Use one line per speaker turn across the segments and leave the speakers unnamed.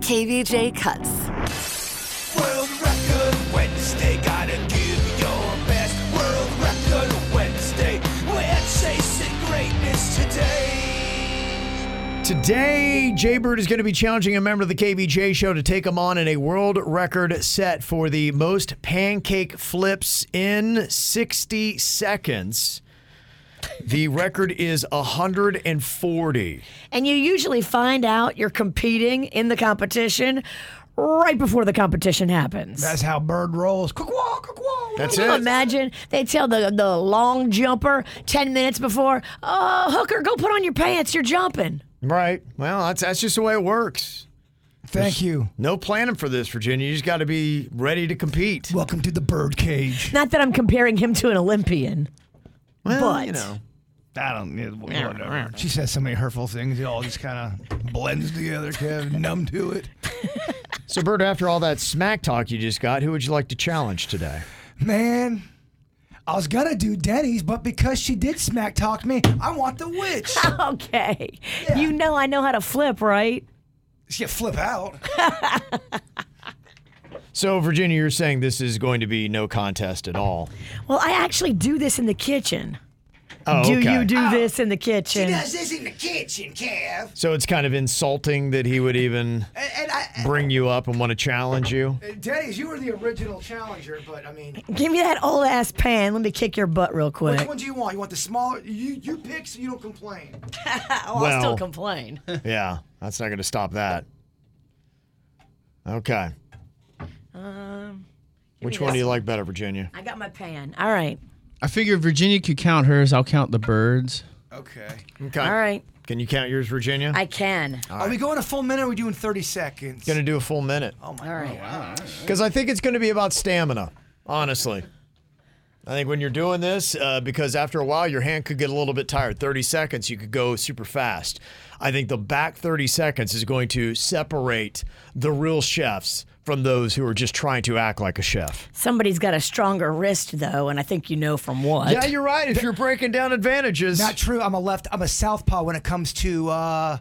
KVJ Cuts.
World Record Wednesday, gotta give your best. World Record Wednesday, we're chasing greatness today.
Today, Jaybird is going to be challenging a member of the KBJ show to take him on in a world record set for the most pancake flips in 60 seconds. The record is 140.
And you usually find out you're competing in the competition right before the competition happens.
That's how bird rolls. Cuckoo, cuckoo.
That's
Can you
it.
imagine they tell the, the long jumper 10 minutes before, oh, hooker, go put on your pants, you're jumping.
Right. Well, that's, that's just the way it works.
Thank you.
No planning for this, Virginia. You just got to be ready to compete.
Welcome to the bird cage.
Not that I'm comparing him to an Olympian.
Well,
but-
you know,
I don't need whatever. She says so many hurtful things. It all just kind of blends together, Kev. Numb to it.
so Bird, after all that smack talk you just got, who would you like to challenge today?
Man, I was gonna do Denny's, but because she did smack talk me, I want the witch.
Okay. You know I know how to flip, right?
she flip out.
So Virginia, you're saying this is going to be no contest at all.
Well, I actually do this in the kitchen.
Oh,
Do
okay.
you do this in the kitchen?
this in the kitchen, Kev.
So it's kind of insulting that he would even
And, and I,
bring you up and want to challenge you.
and Denny's, you were the original challenger, but I mean,
Give me that old ass pan. Let me kick your butt real quick.
which one do you want? You want the smaller? You you pick, so you don't complain.
Oh, I'll
Well-
still complain.
Yeah, that's not going to stop that. Okay.
Um,
Which one do you like better, Virginia?
I got my pan. All right.
I figure if Virginia could count hers, I'll count the birds.
Okay.
Okay.
All right.
Can you count yours, Virginia?
I can.
Are we going a full minute? or Are we doing thirty seconds?
going to do a full minute
oh my
All right.
because I think it's going to be about stamina. Honestly, I think when you're doing this, uh, because after a while your hand could get a little bit tired. 30 seconds, you could go super fast. I think the back 30 seconds is going to separate the real chefs from those who are just trying to act like a chef.
Somebody's got a stronger wrist, though, and I think you know from what.
Yeah, you're right. If you're breaking down advantages,
Not true. I'm a left. I'm a southpaw when it comes to uh,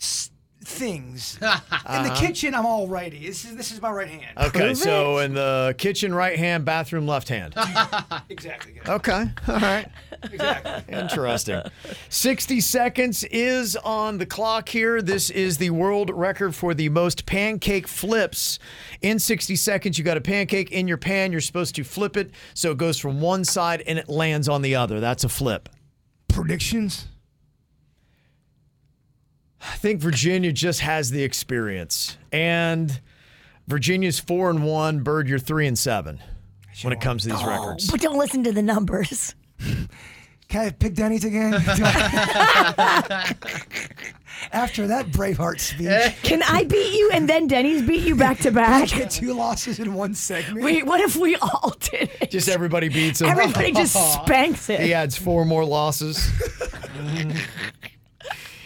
s- things. In the kitchen, I'm all righty. This is this is my right hand.
okay. So in the kitchen, right hand, bathroom, left hand.
Exactly. yeah.
Okay. All right.
Exactly.
Interesting. 60 seconds is on the clock here. This is the world record for the most pancake flips. In 60 seconds, you got a pancake in your pan. You're supposed to flip it so it goes from one side and it lands on the other. That's a flip.
Predictions.
I think Virginia just has the experience. And Virginia's 4 and 1, Bird you're 3 and 7 when it comes to these records.
Oh, but don't listen to the numbers.
Can I pick Denny's again? After that Braveheart speech,
Can I beat you and then Denny's beat you back to back?
get two losses in one segment.
Wait, what if we all did it?
Just everybody beats him.
Everybody just spanks it.
He adds four more losses.
All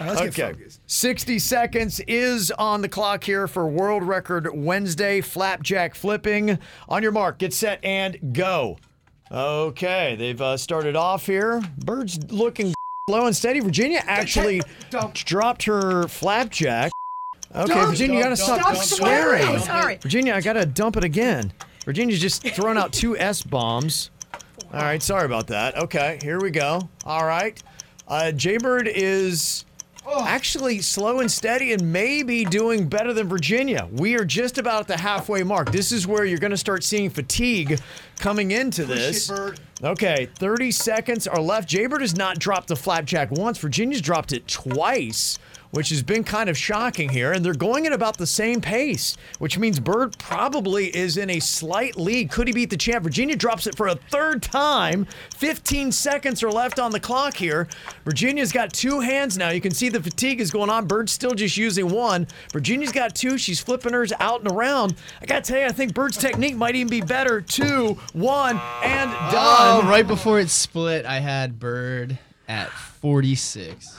right, let's
Okay.
get focused.
60 seconds is on the clock here for World Record Wednesday flapjack flipping. On your mark, get set and go. Okay, they've uh, started off here. Bird's looking low and steady. Virginia actually
Don't.
dropped her flapjack. Okay,
Don't.
Virginia, you gotta
Don't,
stop,
don't, don't,
swearing.
don't.
Sorry.
Virginia, I gotta dump it again. Virginia's just throwing out two S bombs. All right, sorry about that. Okay, here we go. All right. Uh, Jaybird is actually slow and steady and maybe doing better than Virginia. We are just about at the halfway mark. This is where you're going to start seeing fatigue coming into this.
Shit, Bird.
Okay, 30 seconds are left. Jaybird has not dropped the flapjack once. Virginia's dropped it twice. which has been kind of shocking here, and they're going at about the same pace, which means Bird probably is in a slight lead. Could he beat the champ? Virginia drops it for a third time. 15 seconds are left on the clock here. Virginia's got two hands now. You can see the fatigue is going on. Bird's still just using one. Virginia's got two. She's flipping hers out and around. I got to tell you, I think Bird's technique might even be better. Two, one, and done.
Oh, right before it split, I had Bird at 46.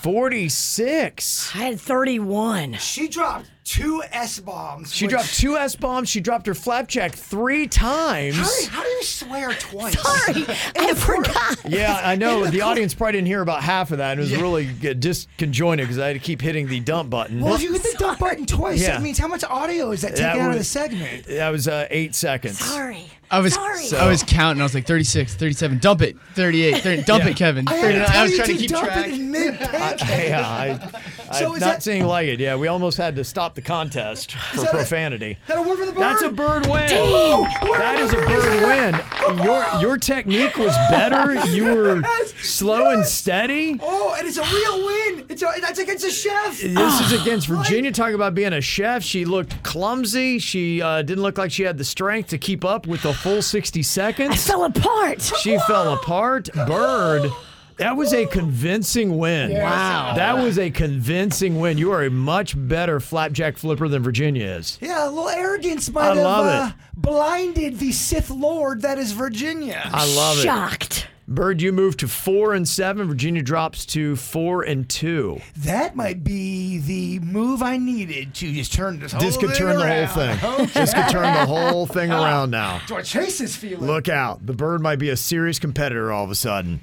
46.
I had 31.
She dropped two S bombs.
She dropped two S bombs. She dropped her flapjack three times.
How do, how do you swear twice?
Sorry, I forgot.
Yeah, I know. The audience probably didn't hear about half of that. It was really g- disconjointed because I had to keep hitting the dump button.
Well, if you hit the dump button twice,
Yeah.
that means how much audio is that taken
That
out
would-
of the segment?
that was uh, eight seconds.
Sorry.
I was
Sorry.
I was counting. I was like 36, 37. Dump it. 38. 30, dump
Yeah.
it, Kevin.
I, had
39.
tell
I was
you
trying to keep
dump
track.
It in mid
Yeah, I, I,
So
not
is that-
seeing like it. Yeah, we almost had to stop the contest for
that a-
profanity.
that a word for the bird?
That's a bird win. that is a bird win. Your your technique was better. You were
Yes,
slow and steady.
oh, and it's a real win. It's a, that's against a chef.
This is
Ah.
against Virginia. Talking about being a chef, she looked clumsy. She uh, didn't look like she had the strength to keep up with the full 60
I
seconds.
fell apart.
She fell apart. Bird. That was a convincing win. Wow. That was a convincing win. You are a much better flapjack flipper than Virginia is.
Yeah, a little arrogance might
I
have
love
uh,
it.
blinded the Sith Lord that is Virginia.
I love it.
Shocked.
Bird, you move to four and seven. Virginia drops to four and two.
that might be the move I needed to just turn this whole
This could
thing
turn the whole
around.
thing. This could turn the whole thing around now.
That's what Chase is feeling.
Look out. The bird might be a serious competitor all of a sudden.